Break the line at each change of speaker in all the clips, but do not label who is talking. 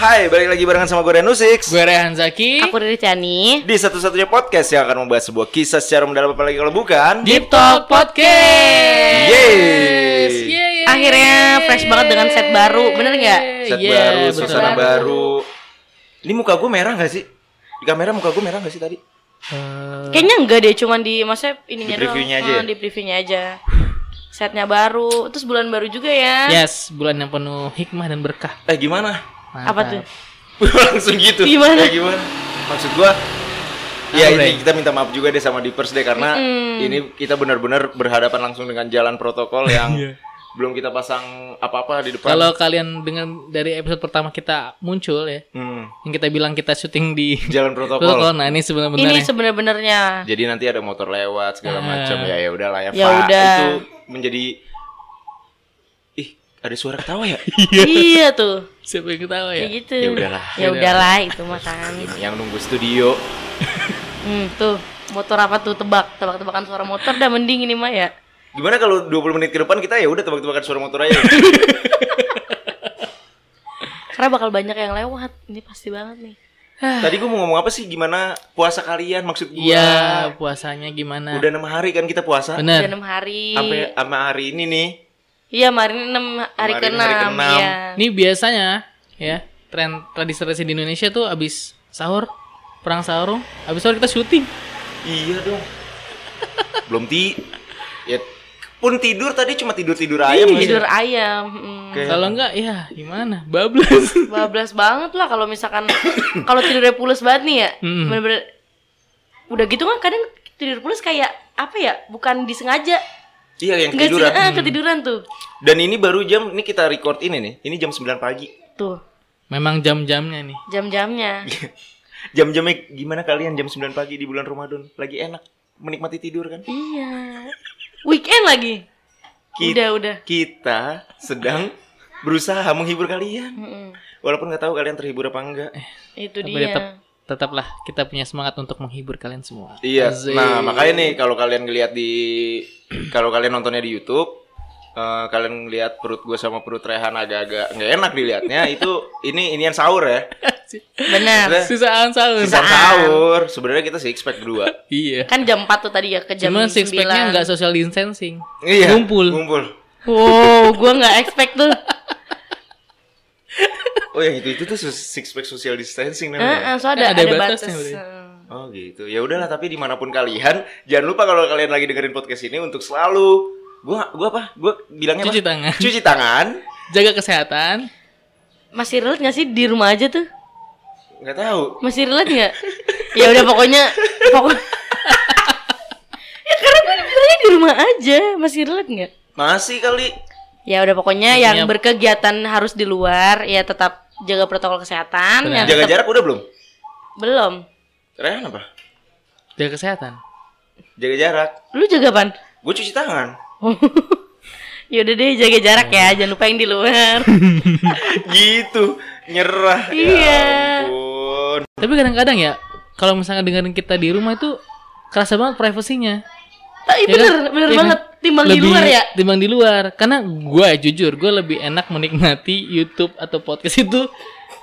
Hai, balik lagi barengan sama gue Renu Six
Gue Rehan Zaki
Aku dari Chani.
Di satu-satunya podcast yang akan membahas sebuah kisah secara mendalam apalagi kalau bukan
Deep Talk Podcast
Yes.
Yeay.
Akhirnya fresh banget dengan set baru, bener nggak?
Set
Iya,
baru,
betul.
suasana baru Ini muka gue merah gak sih? Di kamera muka gue merah gak sih tadi?
Eh,
Kayaknya enggak deh, cuman di maksudnya ininya
Di previewnya
doang.
aja ya?
Eh, Di previewnya aja. Setnya baru, terus bulan baru juga ya.
Yes, bulan yang penuh hikmah dan berkah
Eh gimana?
Mantap.
Apa tuh?
Langsung gitu
Gimana?
Eh, gimana? Maksud gue Ya
Apa, Bre?
ini kita minta maaf juga deh sama Deepers deh Karena ini kita benar-benar berhadapan langsung dengan jalan protokol yang
Iya.
Belum kita pasang apa-apa di depan
Kalau kalian dengan dari episode pertama kita muncul ya
Hmm,
Yang kita bilang kita syuting di
Jalan protokol
Protokol, nah ini
Ini
sebenarnya
sebenar-benarnya.
Jadi nanti ada motor lewat segala macam ya ya udahlah ya,
Ya
Pak.
udah.
Itu menjadi ih ada suara ketawa ya?
iya tuh.
Siapa yang ketawa ya?
Kayak gitu.
Ya udahlah.
Ya udahlah itu mah kan.
Yang nunggu studio.
Hmm, tuh motor apa tuh tebak tebak-tebakan suara motor dah mending ini mah ya
Gimana kalau 20 menit ke depan kita ya udah tebak-tebakan suara motor aja.
karena bakal banyak yang lewat ini pasti banget nih
Tadi gue mau ngomong apa sih? Gimana puasa kalian maksud gue?
Iya, puasanya gimana?
Udah enam hari kan kita puasa.
udah
Bener
enam hari
Sampai sama hari ini nih.
iya kemarin enam hari
ya? Kemarin
ke
hari
enam
keenam.
iya
Ini biasanya ya Tren tradisi-tradisi di Indonesia tuh abis sahur Perang sahur Abis sahur kita syuting
Iya dong. Belum ti ya pun tidur tadi cuma tidur-tidur aja
tidur ayam mm.
Kayak-
Kalau enggak ya gimana? Bablas
bablas banget lah kalau misalkan kalau tidurnya pulas banget nih ya
Mm-mm.
bener-bener udah gitu kan kadang tidur pulas kayak apa ya bukan disengaja
Iya yang
nggak sih
ketiduran.
ah, ketiduran tuh
Dan ini baru jam ini kita record ini nih. Ini jam 9 pagi.
tuh
Memang jam-jamnya nih.
jam-jamnya
Jam-jamnya gimana kalian jam 9 pagi di bulan Ramadan? Lagi enak menikmati tidur kan?
iya weekend lagi
Ki-
udah udah
Kita sedang berusaha menghibur kalian.
Mm-mm.
Walaupun nggak tahu kalian terhibur apa enggak. Eh,
itu
Tapi
dia
tetap tetaplah kita punya semangat untuk menghibur kalian semua.
Iya.
Asik.
Nah, makanya nih kalau kalian ngelihat di kalau kalian nontonnya di YouTube eh, kalian ngelihat perut gue sama perut Rehan agak-agak nggak enak dilihatnya itu ini inian sahur ya
benar
Sisaan sahur.
sisa sahur sebenarnya kita six pack berdua
Iya.
kan jam 4 tuh tadi ya ke jam
Cuma six packnya
9
nggak social distancing.
iya
Ngumpul.
ngumpul
wow gua nggak expect tuh
oh yang itu itu tuh six pack social distancing namanya
Heeh, Eh, soalnya
Kan ada
ada, ada batas
batasnya berarti.
Heeh.
Oh gitu. Ya udahlah tapi dimanapun kalian, jangan lupa kalau kalian lagi dengerin podcast ini untuk selalu gua gua apa? Gua bilangnya
Cuci
apa?
tangan.
Cuci tangan.
Jaga kesehatan.
masih relate nggak sih di rumah aja tuh
Nggak tahu.
Masih relate nggak? ya udah pokoknya pokok ya karena gue bilangnya di rumah aja masih relate nggak?
Masih kali.
Ya udah pokoknya yang
Intinya-
berkegiatan harus di luar ya tetap jaga protokol kesehatan.
Benar.
Yang
Jaga
tetap-
jarak udah belum?
Belum.
Rehan apa?
Jaga kesehatan.
Jaga jarak.
Lu jaga pan?
Gua cuci tangan.
ya udah deh jaga jarak ya
Nah.
jangan lupa yang di luar.
gitu. Nyerah.
Iya.
Ya ampun.
Tapi kadang-kadang ya kalau misalnya dengerin kita di rumah itu kerasa banget privasinya.
Tapi
Ya kan?
bener bener
Ya kan?
banget timbang di
Lebih-
luar ya.
Timbang di luar. Karena gue jujur gue lebih enak menikmati YouTube atau podcast itu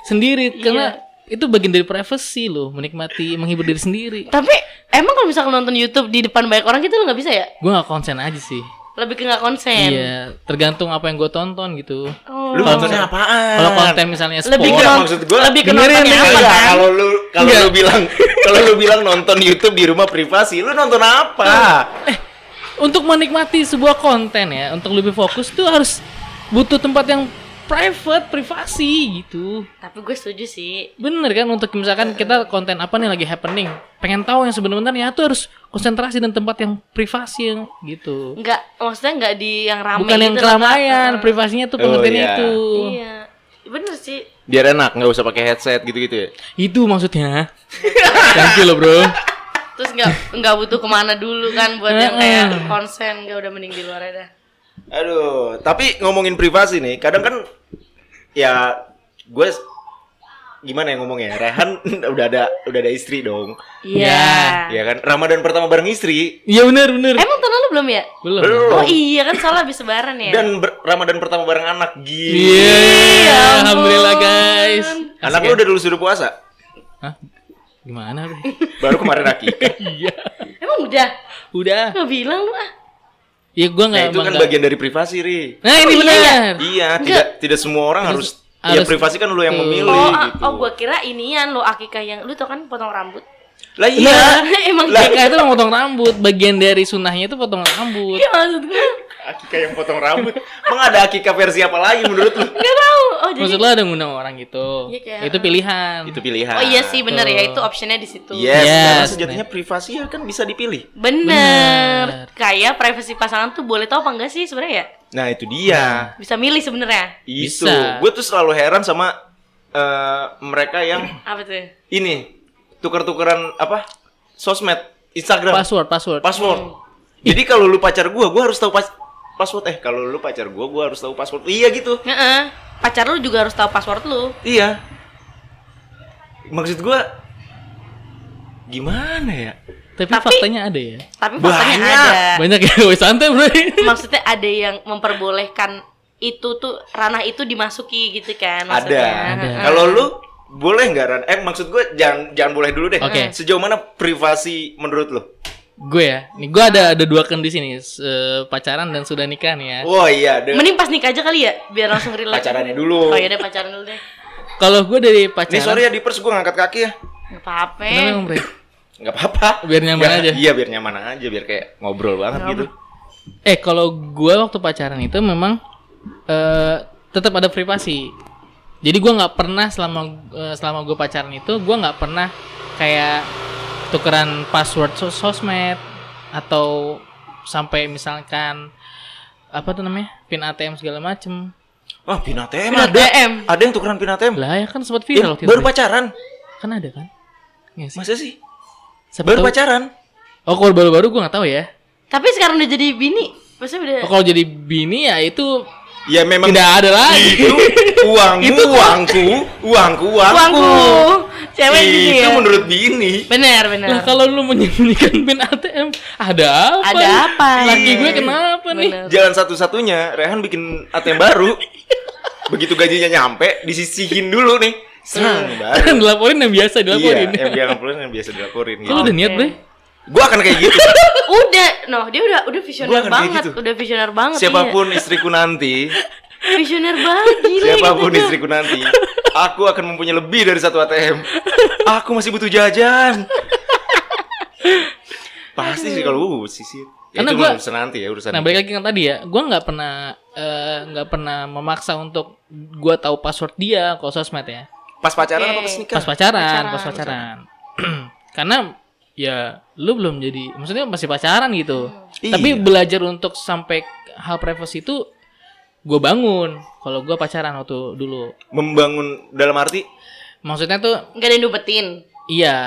sendiri
Iya.
karena itu bagian dari privacy loh menikmati menghibur diri sendiri.
Tapi emang kalau misalkan nonton YouTube di depan banyak orang gitu lu nggak bisa ya?
gue gak konsen aja sih
Lebih ke nggak konsen.
iya tergantung apa yang gue tonton gitu
Oh.
Lu nontonnya apaan?
kalau konten misalnya sport
Lebih ke
Enggak,
nont-
maksud gua-
lebih ke
Dengerin
nontonnya
nih,
apa
Enggak,
kan?
kalau lu kalau
Iya.
lu bilang kalau lu bilang nonton YouTube di rumah privasi, lu nonton
Iya.
apa?
untuk menikmati sebuah konten ya untuk lebih fokus tuh harus butuh tempat yang private privasi gitu
Tapi gue setuju sih.
bener kan untuk
Eh,
misalkan kita konten apa nih lagi happening pengen tahu yang sebenarnya tuh harus konsentrasi dan tempat yang privasi yang gitu
Enggak, maksudnya enggak di yang rame
bukan yang
gitu,
keramaian
enggak.
privasinya tuh
Oh,
pengertiannya
iya.
itu
Iya. Bener sih.
Biar enak, nggak usah pakai headset gitu-gitu ya.
itu maksudnya thank you loh bro
Terus enggak enggak butuh kemana dulu kan buat yang kayak konsen, enggak udah mending di luar aja dah.
Aduh, tapi ngomongin privasi nih, kadang kan ya gue gimana yang ngomongnya? Rehan udah ada udah ada istri dong.
Iya.
Ya kan? Ramadan pertama bareng istri
Iya benar benar.
Emang tahun lalu belum ya?
Belum.
Belum.
Oh iya kan soalnya habis lebaran ya.
dan ber- Ramadan pertama bareng anak gila.
Iya,
Ya ampun.
alhamdulillah guys.
Anak lu udah dulu sudah puasa?
Hah? Gimana, Bre?
Baru kemarin akikat.
Iya.
Emang udah
Udah.
nggak bilang lu ah.
Ya gua
Nah,
enggak
itu kan bagian dari privasi, Ri.
Nah, ini
Oh, iya,
benar.
Iya, tidak tidak semua orang harus, ya
harus-
privasi kan lu yang memilih
Oh, ah,
gitu.
oh gua kira inian lo akikah yang lu tau kan potong rambut.
Lah iya.
Emang
Lah.
Mereka itu potong rambut, bagian dari sunahnya itu potong rambut.
Iya maksud gue
Akika yang potong rambut. Emang ada Akika versi apa lagi menurut lu?
nggak tahu. Oh jadi
Maksud lo ada ngundang orang gitu.
Iya, kayak-
itu pilihan.
Itu pilihan.
oh iya sih bener ya
Tuh.
itu optionnya di situ.
Yes,
Yes,
karena
Nek.
sejatinya privasi ya kan bisa dipilih.
Bener.
Bener. Kayak privasi pasangan tuh boleh tahu apa enggak sih sebenarnya ya?
Nah, itu dia.
Bisa milih sebenarnya.
Itu.
Bisa.
Gue tuh selalu heran sama eh, mereka yang
Apa tuh?
ini tuker-tukeran apa? Sosmed, Instagram,
Password, password.
password. Jadi kalau lu pacar gua, gua harus tahu pas- password eh kalau lu pacar gua, gua harus tahu password. Iya gitu.
Heeh. Pacar lu juga harus tahu password lu.
Iya. Maksud gua gimana ya?
Tapi,
Tapi-
faktanya ada ya.
Tapi faktanya
Banyak.
ada.
Banyak ya, woi santai, Bro.
Maksudnya ada yang memperbolehkan itu tuh ranah itu dimasuki gitu kan
Ada.
maksudnya. Heeh.
Kalau lu boleh nggak Ran? Eh maksud gue jangan jangan boleh dulu deh.
Oke.
Sejauh mana privasi menurut lu?
gue ya. Nih gue ada ada dua kan kondisi nih, se- eh, pacaran dan sudah nikah nih
Eh.
ya.
Oh iya, deh.
Mending pas nikah aja kali ya, biar langsung relate.
pacarannya dulu.
Oh iya deh pacaran dulu deh.
Kalau gue dari pacaran,
Nih sorry ya di pers gue ngangkat kaki ya.
Gak apa-apa.
Kenapa emang, Bre?
Nggak apa-apa.
Biar nyaman
Nggak-
aja.
Iya biar nyaman aja, biar kayak ngobrol banget gitu.
Eh kalau gue waktu pacaran itu memang eh tetap ada privasi. Jadi gue nggak pernah selama eh, selama gue pacaran itu gue nggak pernah kayak tukeran password sos- sosmed atau sampai misalkan apa tuh namanya pin ATM segala macem.
Wah pin ATM
Pin
ada.
ATM.
Ada yang tukeran pin ATM.
Lah ya kan sempat
Eh,
viral waktu itu.
baru pacaran.
kan ada kan? Nggak sih?
Masa sih?
Siapa
Baru
tahu?
pacaran.
Oh kalau baru-baru gue nggak tahu ya.
Tapi sekarang udah jadi bini, maksudnya udah
Oh, kalau jadi bini ya itu
Ya memang
tidak ada lagi.
itu uangmu, uangku, uangku, uangku.
uangku. Cewek gitu
Itu
ya.
menurut bini.
Bener, bener.
Lah kalau lu menyembunyikan pin ATM, ada apa?
Ada
nih?
apa?
Laki gue
Iya.
kenapa nih?
Bener.
Jalan satu-satunya Rehan bikin ATM baru. Begitu gajinya nyampe, disisihin dulu nih. Senang baru.
Kan dilaporin yang biasa dilaporin.
Iya, yang biasa dilaporin yang biasa dilaporin
Lu
gitu.
udah Iya. niat, Bre?
Gua akan kayak gitu.
Udah, no, dia udah udah
Gua
visioner
akan kayak
banget,
gitu.
udah visioner banget.
Siapapun istriku nanti,
iya. visioner banget gila.
siapapun
gitu.
istriku nanti, aku akan mempunyai lebih dari satu ATM. Aku masih butuh jajan. Pasti sih kalau gua sisir. Ya,
Karena
itu
gua-
urusan nanti ya urusan.
Nah, balik lagi kan tadi ya, gue nggak pernah eh, nggak pernah memaksa untuk gue tahu password dia kalau sosmed ya.
Pas pacaran apa
Oke.
pas nikah?
Pas pacaran,
Pacaran.
pas pacaran. Karena ya lu belum jadi, maksudnya masih pacaran gitu.
Hmm.
Iya.
Tapi belajar untuk sampai hal privacy itu gue bangun kalau gue pacaran waktu dulu.
Membangun dalam arti
Maksudnya tuh
Gak gitu. ada yang nubetin
Iya,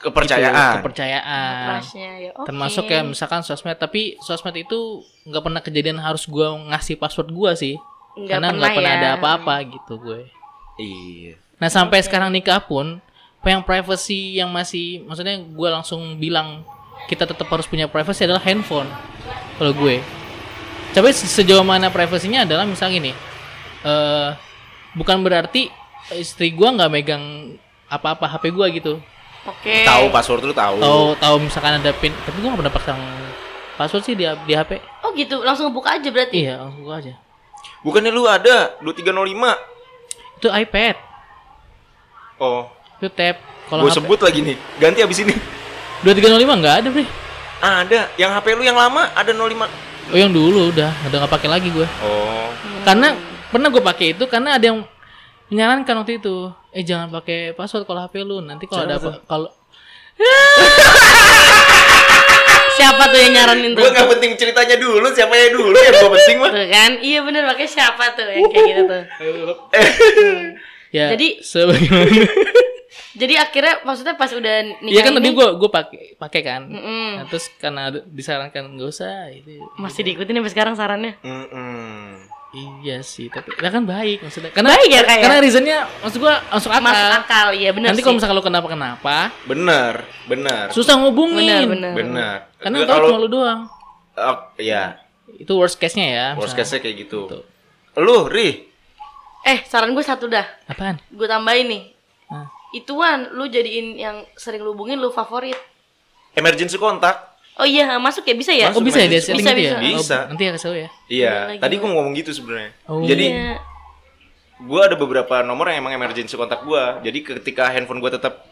kepercayaan.
gitu,
Ah.
kepercayaan.
trustnya ya. oke.
Termasuk kayak misalkan sosmed, tapi sosmed itu nggak pernah kejadian harus gua ngasih password gua sih,
Nggak
karena
pernah
nggak pernah
ya.
ada apa-apa gitu gue.
Iya.
Nah sampai sekarang nikah pun, apa yang privacy yang masih, maksudnya gua langsung bilang kita tetap harus punya privacy adalah handphone kalau gue. Tapi se- sejauh mana privasinya adalah misal gini, eh bukan berarti istri gua nggak megang apa-apa HP gua gitu.
Oke.
Tahu password lu tahu.
tahu tahu misalkan ada pin tapi gue gak pernah pasang password sih di, di HP
Oh gitu, langsung buka aja berarti.
iya langsung gua aja
Bukannya lu ada 2305.
itu iPad
Oh,
itu tab kalau
gue
HP
sebut lagi nih. Ganti abis ini.
dua tiga lima nggak ada bre
Ada. Yang HP lu yang lama ada 05.
oh yang dulu udah udah nggak pakai lagi gue
Oh.
karena pernah gue pakai itu karena ada yang menyarankan waktu itu eh jangan pakai password kalau HP lu nanti kalau ada apa- kalau
Siapa tuh yang nyaranin tuh?
Gue nggak penting ceritanya dulu, siapa ya dulu yang gue penting mah.
Tuh kan? Iya bener makanya siapa tuh yang kayak gitu tuh.
ya
Jadi-
sebagaimana
Jadi akhirnya maksudnya pas udah nikah
iya kan tadi
ini,
gue gue pakai pakai kan
Mm-mm.
Nah, terus karena disarankan nggak usah itu
masih diikutin sampai sekarang sarannya.
Mm-mm.
Iya sih, tapi nah kan baik maksudnya. Karena
Baik ya kayak.
karena reasonnya maksud gua masuk akal.
Masuk akal, iya benar
Eh, Nanti
sih.
kalau misalkan lu kenapa kenapa,
Bener, bener,
susah ngubungin.
Benar,
bener.
Karena
Gua
yang tahu cuma lu doang.
Oh, Eh, iya,
Itu worst case-nya ya.
worst
misalnya.
case-nya kayak gitu.
Betul.
Lu, Ri,
Eh, saran gue satu dah.
Apaan?
Gue tambahin nih.
Nah,
Ituan, lu jadiin yang sering lu hubungin lu favorit.
emergency kontak.
Oh iya, masuk ya bisa ya?
Masuk.
Oh bisa ya dia
Bisa,
setting
bisa.
gitu
iya.
ya?
Bisa.
Oh, nanti ya kasih tau ya.
Iya,
Gimana,
tadi
gimana?
gua ngomong gitu sebenarnya.
Oh.
Jadi
Iya.
gua ada beberapa nomor yang emang emergency kontak gua. Jadi ketika handphone gua tetap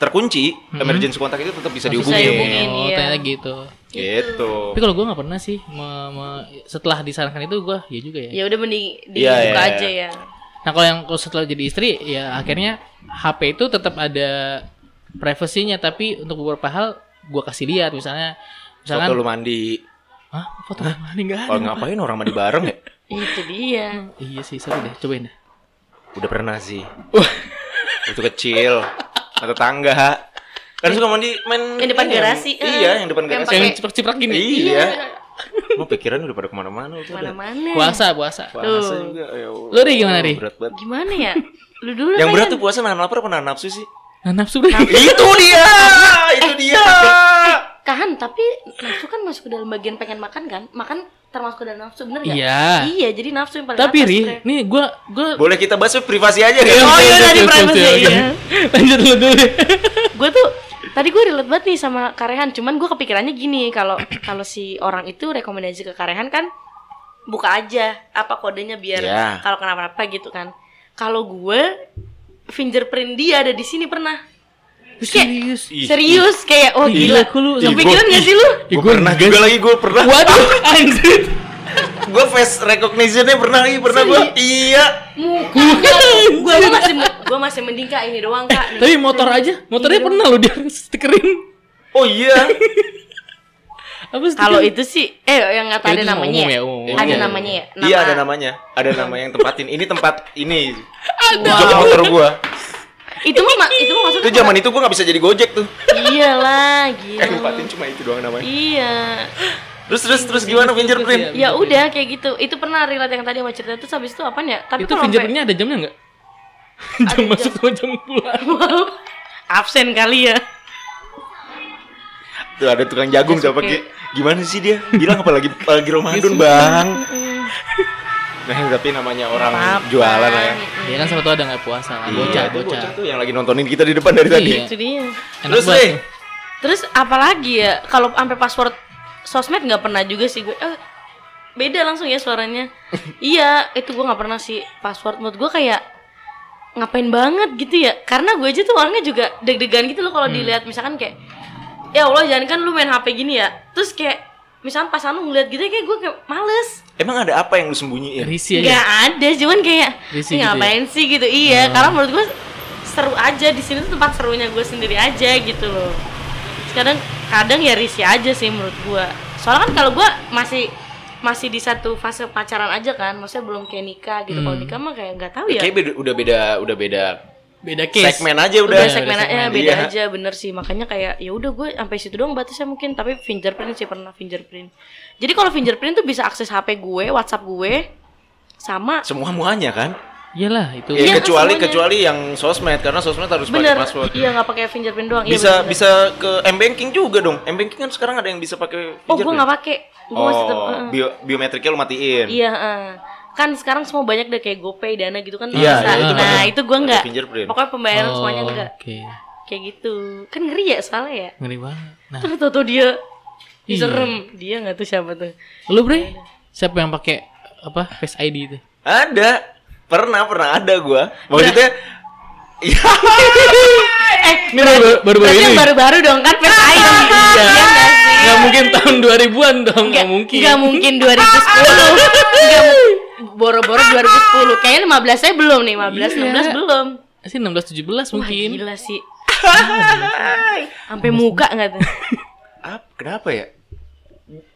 terkunci,
Mm-hmm.
emergency kontak itu tetap bisa
Masih
dihubungi.
saya-
dihubungin,
Oh,
iya.
ternyata gitu.
Gitu.
Tapi kalau gua nggak pernah sih me- me- setelah disarankan itu gua ya juga ya.
Ya udah mending dibuka
Iya, iya, iya.
aja ya.
Nah, kalau yang kalau setelah jadi istri ya akhirnya HP itu tetap ada privasinya tapi untuk beberapa hal gua kasih lihat misalnya
Foto
misalkan
lu mandi.
Hah? Foto mana enggak
Kalau
ada?
ngapain orang mandi bareng ya?
Itu dia.
Iya sih, seru deh, cobain deh.
Udah pernah sih. Waktu kecil atau tangga. Kan suka mandi main
Yang depan
ini
garasi,
Iya,
eh.
yang depan
Yang
garasi.
Yang
Pakai-
ciprak-ciprak gini.
Iya. Lu pikiran udah pada kemana-mana itu ada.
Mana-mana.
Puasa, puasa.
Puasa
Tuh.
juga. ya Allah.
Lu, Ri, gimana, Ri?
Berat banget.
Gimana ya? Lu dulu
Yang
Ryan.
berat tuh puasa nahan lapar apa nahan nafsu sih?
Nah, nafsu deh.
itu dia, itu dia.
Tahan, tapi nafsu kan masuk ke dalam bagian pengen makan kan? Makan termasuk ke dalam nafsu, bener nggak?
Iya.
Iya, jadi nafsu yang paling
Tapi
atas,
Ri,
Rey.
nih gua gua Eh,
Boleh kita bahas privasi aja nggak?
Oh, iya,
Oke,
dari
oke, oke,
privacy,
oke.
iya.
Lanjut lu dulu. deh.
gue tuh tadi gue relate banget nih sama Karehan cuman gue kepikirannya gini kalau kalau si orang itu rekomendasi ke Karehan kan buka aja apa kodenya biar
Iya.
kalau kenapa-napa gitu kan kalau gue fingerprint dia ada di sini pernah
Serius.
Ih,
serius kayak oh
Ih,
gila
aku lu- Ih,
kepikiran
gua-
gak sih lu
Ih,
Gue
gua
pernah
ngegas.
juga lagi gue pernah.
Waduh, anjir.
Gue face recognitionnya pernah lagi pernah gue. Iya.
mukanya gue masih gue masih mending kak ini doang kak nih.
Tapi motor aja,
Iya.
motornya pernah lu dia stikerin.
Oh iya.
Apa stiker?
kalau itu sih eh yang nggak tahu
Ya,
ada
itu sama
namanya
umum
ya,
ya, umum.
ada
Iya.
namanya ya
Iya ada namanya. Ada nama yang tempatin. Ini tempat ini. Di
Wow.
jok motor gue.
itu mah ma- itu mah maksudnya
Itu zaman itu gue nggak bisa jadi gojek tuh.
iyalah
Eh
gitu
tempatin cuma itu doang namanya.
iya
Terus terus terus gimana fingerprint?
ya udah kayak gitu itu pernah relate yang tadi sama cerita terus habis itu apaan ya
itu
tapi kalau sampai-
fingerprintnya ada jamnya enggak? jam masuk sama jam pulang.
absen kali ya
Tuh ada tukang jagung siapa
Oke.
Ki? Gimana sih dia? Bilang apalagi apalagi Ramadan, Bang. Nah, tapi namanya orang
Apa-apa.
jualan lah ya.
Dia kan sama tuh ada nggak puasa lah, bocah,
Iya, itu
bocah.
bocah tuh yang lagi nontonin kita di depan dari tadi.
Iya.
itu dia
Enak
Terus eh.
banget
nih,
tuh.
terus apalagi ya kalau sampai password sosmed nggak pernah juga sih gue Eh, beda langsung ya suaranya iya itu gue nggak pernah sih password menurut gue kayak ngapain banget gitu ya karena gue aja tuh orangnya juga deg-degan gitu loh kalau dilihat misalkan kayak ya Allah jangan kan lu main HP gini ya terus kayak misalkan pasangan lu ngeliat gitu ya, kayak gue kayak males
emang ada apa yang lu sembunyiin?
Risi aja.
nggak ada cuman kayak
Risih
"Ini
gitu ya?"
ngapain sih gitu iya karena menurut gue seru aja di sini tuh tempat serunya gue sendiri aja gitu loh Terus kadang kadang ya risih aja sih menurut gue soalnya kan kalau gue masih masih di satu fase pacaran aja kan maksudnya belum kayak nikah gitu kalau nikah mah kayak nggak tahu ya
Kayak beda- udah beda udah beda
Beda case.
segmen aja
udah,
udah.
segmen
udah
aja
segmen.
beda
Iya.
aja bener sih makanya kayak ya udah gue sampai situ doang batasnya mungkin tapi fingerprint sih pernah fingerprint jadi kalau fingerprint tuh bisa akses HP gue WhatsApp gue sama
Semua muanya kan?
Iyalah itu.
Ya,
Iya,
kecuali
semuanya.
kecuali yang sosmed karena sosmed harus
bener
pakai password.
iya nggak pakai fingerprint doang Iya,
Bisa
bener.
bisa ke m banking juga dong. M banking kan sekarang ada yang bisa pakai
oh gue
fingerprint.
nggak pakai gue masih tetap
Oh, bio- biometriknya lu matiin.
iya eh. kan sekarang semua banyak deh kayak GoPay Dana gitu kan
Iya,
bisa.
iya, itu
nah
bener.
itu gue
Ada
nggak
fingerprint.
pokoknya pembayaran Iya, semuanya
Oh,
enggak
Oke.
kayak gitu kan ngeri ya soalnya ya
Ngeri banget. Nah,
terus tuh dia
Iya.
serem dia nggak tuh siapa tuh
lu Bre, siapa yang pakai apa Face ID itu?
Ada. Pernah, pernah ada gua. Maksudnya Iya.
eh
Ini baru- baru-baru
berarti
ini.
yang baru-baru dong kan Face ID iya nggak
kan?
sih?
Nggak mungkin tahun 2000-an dong, nggak mungkin.
Nggak mungkin 2010 Nggak mu- Boro-boro 2010 Kayaknya 15 saya belum nih 15,
Iya.
16 belum
Sih 16 17
Wah,
mungkin.
gila sih Sampai muka nggak tuh
Ap, kenapa ya?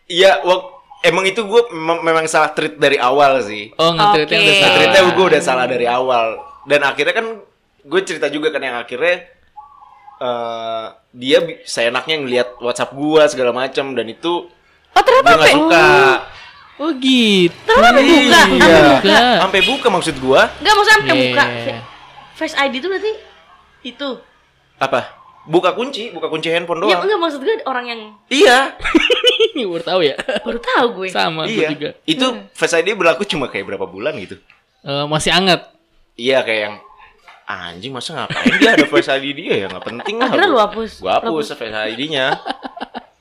Iya, wak- emang itu gua mem- memang salah treat dari awal sih.
Oh, ngetritnya
Oke.
udah salah.
Treatnya gua udah salah dari awal. Dan akhirnya kan gue cerita juga kan yang akhirnya eh dia bi- seenaknya ngelihat WhatsApp gua segala macam dan itu gue
Oh ternyata
nggak
sampai
suka
Oh gitu.
Terus sampai buka, sampai
Iya.
buka.
Sampai buka maksud gua
Enggak maksudnya sampai
Iya.
buka. Fa- Face ID itu berarti itu.
apa? Buka kunci, buka kunci handphone
Ya
doang.
enggak maksud gue orang yang
Iya,
Ini baru tahu ya.
baru tahu gue.
Sama
iya.
gue juga.
Itu Face ID berlaku cuma kayak berapa bulan gitu.
Eh, masih anget.
Iya kayak yang anjing masa ngapain dia ada Face ID dia ya nggak penting lah.
Akhirnya
gua-
lu hapus?
Gua hapus Face ID-nya.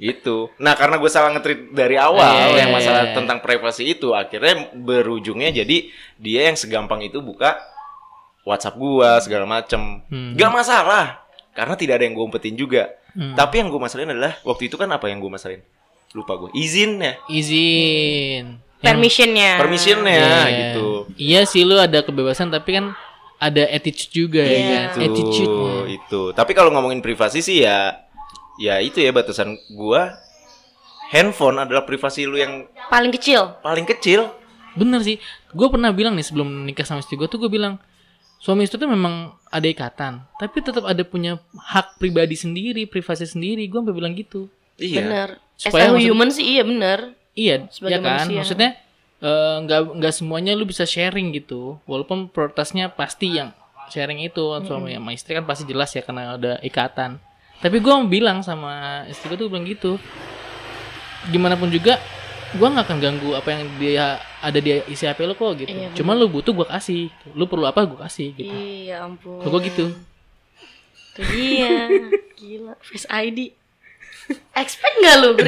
gitu. Nah, karena gue salah nge-treat dari awal
Iya,
yang
iya,
masalah
iya.
tentang privasi itu akhirnya berujungnya jadi dia yang segampang itu buka WhatsApp gua segala macem.
Hmm.
Gak masalah. Karena tidak ada yang gue umpetin juga.
Hmm.
Tapi yang gue masalahin adalah waktu itu kan apa yang gue masalahin? Lupa gue. Izinnya,
Izin.
Permissionnya.
permissionnya
Ah, Iya.
gitu.
Iya sih lu ada kebebasan tapi kan ada attitude juga
Iya.
ya kan. Attitude.
Tuh, itu. Tapi kalau ngomongin privasi sih ya ya itu ya batasan gua handphone adalah privasi lu yang
Paling kecil.
paling kecil.
Bener sih. Gue pernah bilang nih sebelum nikah sama istri gue tuh gue bilang suami istri tuh memang ada ikatan, tapi tetap ada punya hak pribadi sendiri, privasi sendiri. Gue sampai bilang gitu.
Iya.
Bener.
Supaya
As a
maksud-
human sih iya bener.
Iya,
Sebagai
ya kan.
manusia.
Maksudnya eh, nggak nggak semuanya lu bisa sharing gitu. Walaupun prioritasnya pasti yang sharing itu suami sama istri kan pasti jelas ya karena ada ikatan. Tapi gue bilang sama istri gue tuh bilang gitu. Gimana pun juga gue nggak akan ganggu apa yang dia ada di isi HP lo kok gitu.
Iya, bener.
Cuma lu butuh gue kasih. Lu perlu apa gue kasih gitu.
Iya ampun.
Kalau gue gitu.
Itu dia. Gila. Face ID. Expect nggak lu?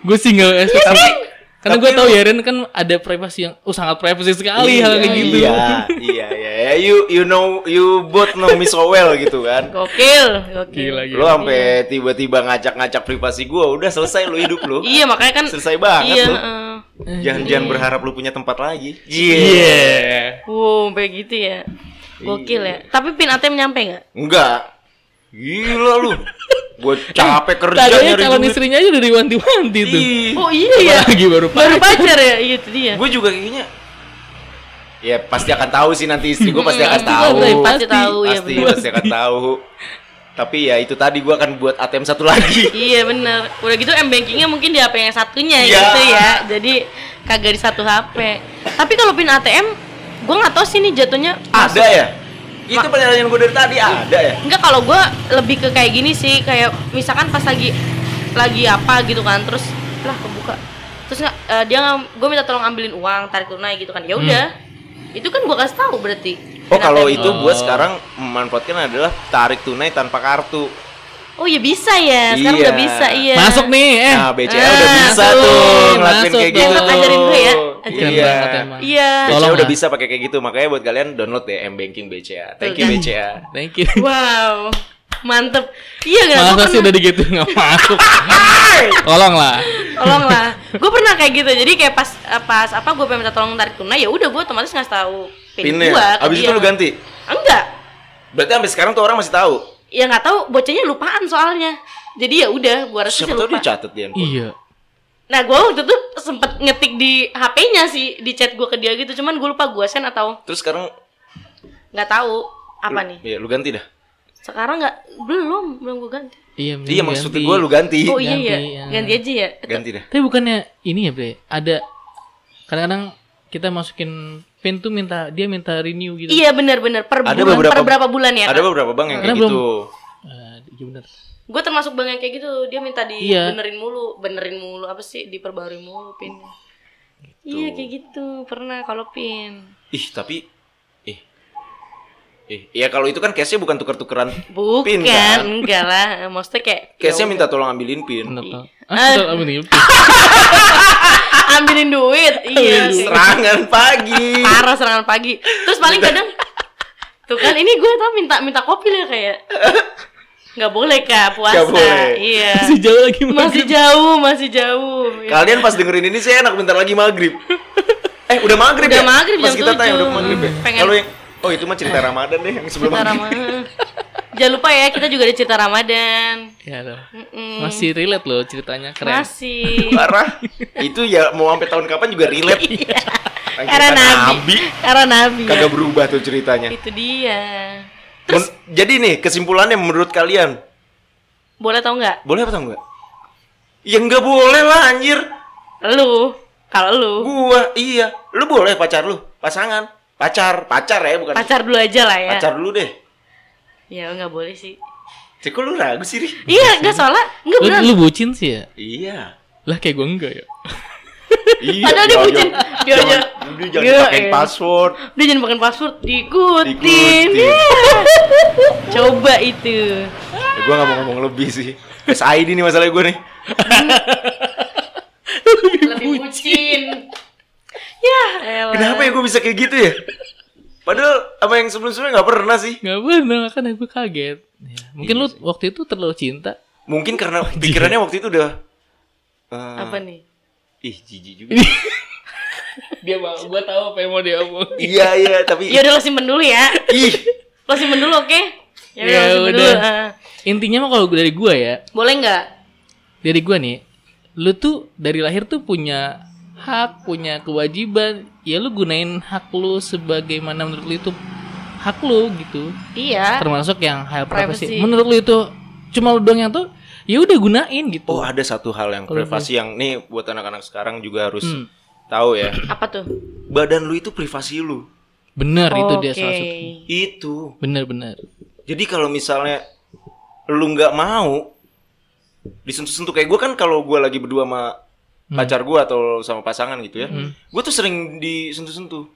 Gue sih nggak
Iya
expect- eh, karena
tapi
gue tau
lu-
ya Ren kan ada privasi yang oh sangat privasi sekali hal kayak gitu.
Iya, iya, iya. Ya, You you know you both know me so well gitu kan.
Gokil.
Gila,
Gokil.
Lu
Iya.
sampai tiba-tiba ngacak-ngacak privasi gua, udah selesai lu hidup lu.
Iya makanya kan.
Selesai banget
Iya.
lu.
heeh.
Jangan-jangan berharap lu punya tempat lagi. Iya.
Iya.
Wow, sampai gitu ya. Gokil ya. Tapi pin ATM nyampe nggak?
Enggak. Gila lu. Gua capek kerja
Tadinya
nyari
calon
duit.
istrinya aja udah diwanti-wanti tuh.
Ih.
Oh iya ya.
Lagi baru
Baru pacar ya? Iya itu dia.
gue juga kayaknya ya pasti akan tahu sih nanti istri gue pasti akan
Pasti
tahu
lah, Bray,
Pasti tahu ya
pasti
benar.
pasti akan tahu tapi ya itu tadi gue akan buat ATM satu lagi
Iya bener Udah gitu m bankingnya mungkin di HP yang satunya
Iya.
gitu ya Jadi kagak di satu HP Tapi kalau pin ATM Gue gak tau sih nih jatuhnya
ada ya itu pertanyaan gue dari tadi ada ya
Enggak kalau gue lebih ke kayak gini sih Kayak misalkan pas lagi Lagi apa gitu kan Terus lah kebuka Terus nggak eh, dia gue minta tolong ambilin uang tarik tunai gitu kan ya udah itu kan gue kasih tahu berarti
Hmm. oh
Pin
kalau
ATM.
itu gue sekarang memanfaatkan adalah tarik tunai tanpa kartu
oh ya bisa ya
Iya.
sekarang udah bisa iya
Masuk nih, eh.
nah BCL udah
Ah,
bisa
masuk,
tuh ngelakuin
masuk
kayak
tuh.
gitu
Besok ajarin gue ya.
Keren
iya
banget emang.
iya
BCL
Tolong
udah
lah.
bisa pakai kayak gitu makanya buat kalian download deh m banking BCA thank you
Tuh.
BCA
Thank you.
Wow, mantep. Iya gak? Gua
Masa sih
pernah,
udah gitu nggak masuk. Tolong lah.
Tolong lah. Gue pernah kayak gitu. Jadi kayak pas pas apa gue pengen minta tolong tarik tunai, ya udah gue otomatis ngasih tahu pin
pinnya
gue.
abis itu lu ganti
Enggak.
berarti sampai sekarang tuh orang masih tahu
Ya nggak tahu. Bocahnya lupaan soalnya. Jadi ya udah, gue rasa sih
Siapa tahu
lupa.
dia catet dia.
Iya.
Nah gue waktu itu sempet ngetik di HP-nya sih, di chat gue ke dia gitu. Cuman gue lupa gue send atau
Terus sekarang
nggak tahu apa
lu-
nih.
Iya, lu ganti dah.
Sekarang nggak belum belum gue ganti.
Iya,
Iya, maksud gue lu ganti.
Oh iya
ganti,
ya,
ya.
ganti aja ya.
Ganti dah.
Tapi bukannya ini ya, Bre? Ada kadang-kadang kita masukin pin tuh minta dia minta renew gitu.
Iya benar-benar per
Ada
bulan,
beberapa-
per berapa bulan ya?
Ada beberapa bank yang kayak
Karena belum-
gitu.
Eh, iya bener.
Gue termasuk bank yang kayak gitu, dia minta
Iya.
dibenerin mulu, benerin mulu apa sih, diperbarui mulu pinnya. Iya kayak gitu, pernah kalau pin.
Ih, tapi eh eh ya kalau itu kan case-nya bukan tuker-tukeran.
Bukan,
Pin,
Ya
kan?
enggak lah, maksudnya kayak
Case-nya minta tolong ambilin pin.
Bener tau. Ah, betul, apa nih?
"Ah, ambilin duit. Iya. kayak gitu.
Serangan pagi.
Parah serangan pagi. Terus paling kadang tuh kan ini gue tau minta minta kopi lah kayak nggak boleh kak puasa.
Nggak boleh.
Iya.
Masih jauh lagi
Masih jauh, masih jauh. Iya.
Kalian pas dengerin ini saya enak bentar lagi maghrib. Eh, udah maghrib
Udah
ya?
maghrib,
Pas
jam
kita tanya
tujuh.
udah maghrib ya.
Pengen- Eh.
Kalau yang Oh, itu mah cerita Ramadan deh yang sebelum
Cerita
maghrib.
Ramadan. Jangan lupa ya, kita juga ada cerita Ramadan.
Ya, tau.
Mm-mm.
Masih relate loh ceritanya keren.
Masih.
Parah. Itu ya mau sampai tahun kapan juga relate. Kan
Era
cerita
Iya. Nabi. Iya. Era Nabi.
ya.
Kagak berubah tuh ceritanya.
Itu dia.
Men- jadi nih kesimpulannya menurut kalian
Boleh tau nggak?
boleh apa enggak? Ya nggak boleh lah anjir.
Lu Kalau lu
Gua iya. Lu boleh pacar lu, pasangan, pacar, pacar ya bukan.
pacar dulu aja lah ya.
Pacar dulu deh.
Ya nggak boleh sih.
Cek kok lu ragu sih, Ri?
Iya, nggak salah. Nggak
Lu,
benar.
lu bucin sih ya?
Iya.
Lah kayak gua enggak ya.
Iya.
Padahal dia
jangan-
bucin. Dia aja.
jangan- dia jangan
Dia,
pakai
eh.
password.
Dia jangan pakai password diikutin.
Diikutin.
Iya. Coba itu.
Ya, gua nggak mau ngomong lebih sih. SID nih masalahnya gua nih.
Lebih bucin. ya, elah.
Kenapa ya gua bisa kayak gitu ya? Padahal sama yang sebelum-sebelumnya nggak pernah sih.
Enggak benar kan gua kaget. Ya, mungkin lu waktu itu terlalu cinta.
Mungkin karena pikirannya waktu itu udah eh,
Apa nih?
ih jijik juga.
Dia mau gua tahu apa yang mau dia omong.
iya iya tapi
Ya udah lo simpen dulu ya.
ih
Lo simpen dulu, oke? Ya udah,
Ya
lo simpen
udah.
dulu. ah.
Intinya mah kalau dari gua ya,
Boleh nggak?
dari gua nih, lu tuh dari lahir tuh punya hak, punya kewajiban. Ya lu gunain hak lu sebagaimana menurut lu itu hak lu gitu.
Iya.
termasuk yang hal privacy.
Privacy.
Menurut lu itu cuma lu doang yang tuh ya udah gunain gitu.
oh ada satu hal yang
Kalau
privasi yang nih buat anak-anak sekarang juga harus
Hmm.
tahu ya
Apa tuh?
badan lu itu privasi lu
Bener itu dia
Oke.
salah satu.
itu
Bener bener.
jadi kalau misalnya lu nggak mau disentuh-sentuh kayak gue kan kalau gue lagi berdua sama pacar gue atau sama pasangan gitu ya gue tuh sering disentuh-sentuh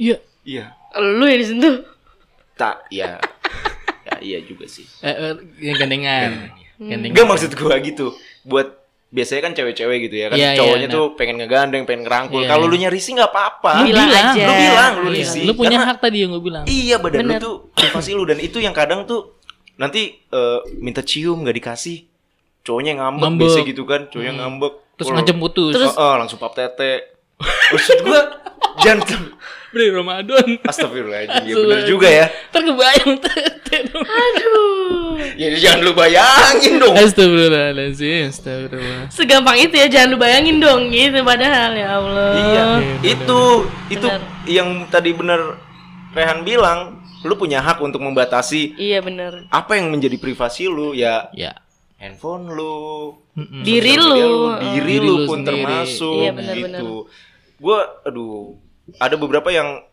Iya.
iya
Lu yang disentuh.
tak ya ya iya juga sih
Eh, eh, yang gandengan. Gandengan.
Enggak maksud gua gitu. Buat biasanya kan cewek-cewek gitu ya kan.
Iya, iya,
Cowoknya
nah.
tuh pengen ngegandeng, pengen ngerangkul.
Iya,
Kalau
iya.
lu nyari sih nggak apa-apa.
Lu bilang,
aja.
Lu Ah, bilang, lu
Iya,
isi.
Lu punya
Karena-
hak tadi yang gue bilang.
Iya badan
Bener.
lu tuh privasi lu dan itu yang kadang tuh nanti eh, minta cium nggak dikasih. Cowoknya ngambek,
Ngambek.
biasanya gitu kan. Cowoknya ngambek.
Terus
Kalau-
ngajem putus.
Terus eh, langsung pap tete. Maksud gua jangan
beli Ramadan.
Astagfirullahaladzim, ya bener juga ya
Ntar kebayang tete.
Aduh.
Ya jangan lu bayangin dong
Astagfirullahaladzim. Astagfirullah.
Segampang itu ya, jangan lu bayangin dong gitu padahal ya Allah.
Iya,
Iya,
itu itu
Benar.
yang tadi bener Rehan bilang, lu punya hak untuk membatasi
Iya bener.
apa yang menjadi privasi lu ya
Ya.
handphone lu,
Mm-mm.
Diri
sosial media
lu.
diri
Diri
lu
lu
pun
sendiri.
termasuk
Iya, benar-benar.
gitu. Gua aduh, ada beberapa yang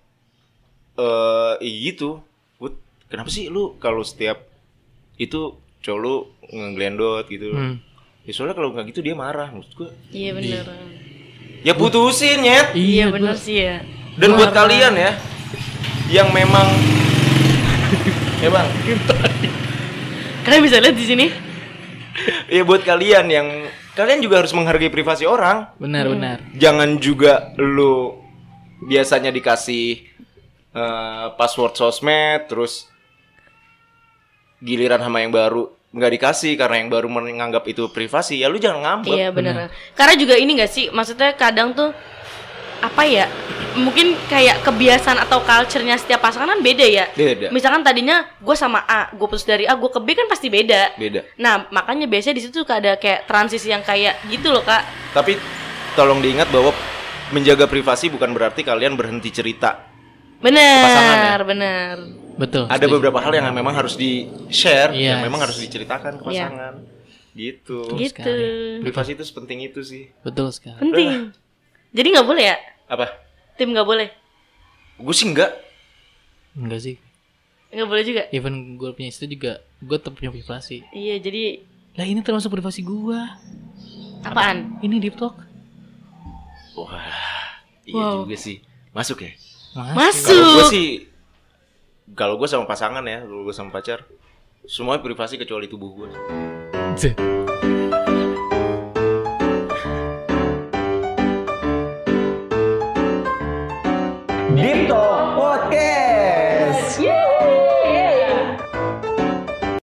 eh gitu. Gua, kenapa sih lu kalau setiap itu cowok lu ngeglendot gitu.
Hmm.
Ya soalnya kalau nggak gitu dia marah maksud gua.
Iya bener.
Ya putusin, Nyet.
Iya
Iya
bener
bener.
sih ya.
Dan buat kalian ya yang memang ya bang,
Kalian bisa lihat di sini.
ya buat kalian yang kalian juga harus menghargai privasi orang.
Benar
Hmm.
benar.
Jangan juga lu biasanya dikasih eh, password sosmed terus giliran sama yang baru nggak dikasih karena yang baru menganggap itu privasi ya lu jangan ngambek
Iya bener. Karena juga ini gak sih, maksudnya kadang tuh apa ya? Mungkin kayak kebiasaan atau culture-nya setiap pasangan kan beda ya.
beda
Misalkan tadinya gue sama A, gue putus dari A, gue ke B kan pasti beda.
beda
Nah makanya biasanya di situ tuh ada kayak transisi yang kayak gitu loh kak.
tapi tolong diingat bahwa menjaga privasi bukan berarti kalian berhenti cerita
Bener,
Pasangan ya?
bener.
Betul.
ada
setuju.
beberapa hal yang memang harus di share yang
Yes.
memang harus diceritakan ke
Iya.
pasangan gitu
Gitu.
sekali.
privasi itu penting itu sih
Betul sekali.
Penting. Jadi nggak boleh ya?
apa
Tim nggak boleh?
gue sih enggak
Enggak sih.
Nggak boleh juga?
Even gue punya istri juga, gue tetap punya privasi.
Iya, jadi
Lah ini termasuk privasi gua.
apaan?
Ini deep talk.
wah iya
Wow.
juga sih masuk ya kalau gue
Masuk.
sih kalau gue sama pasangan ya kalau gue sama pacar semuanya privasi kecuali tubuh gue
Zeh.
Dipto Podcast.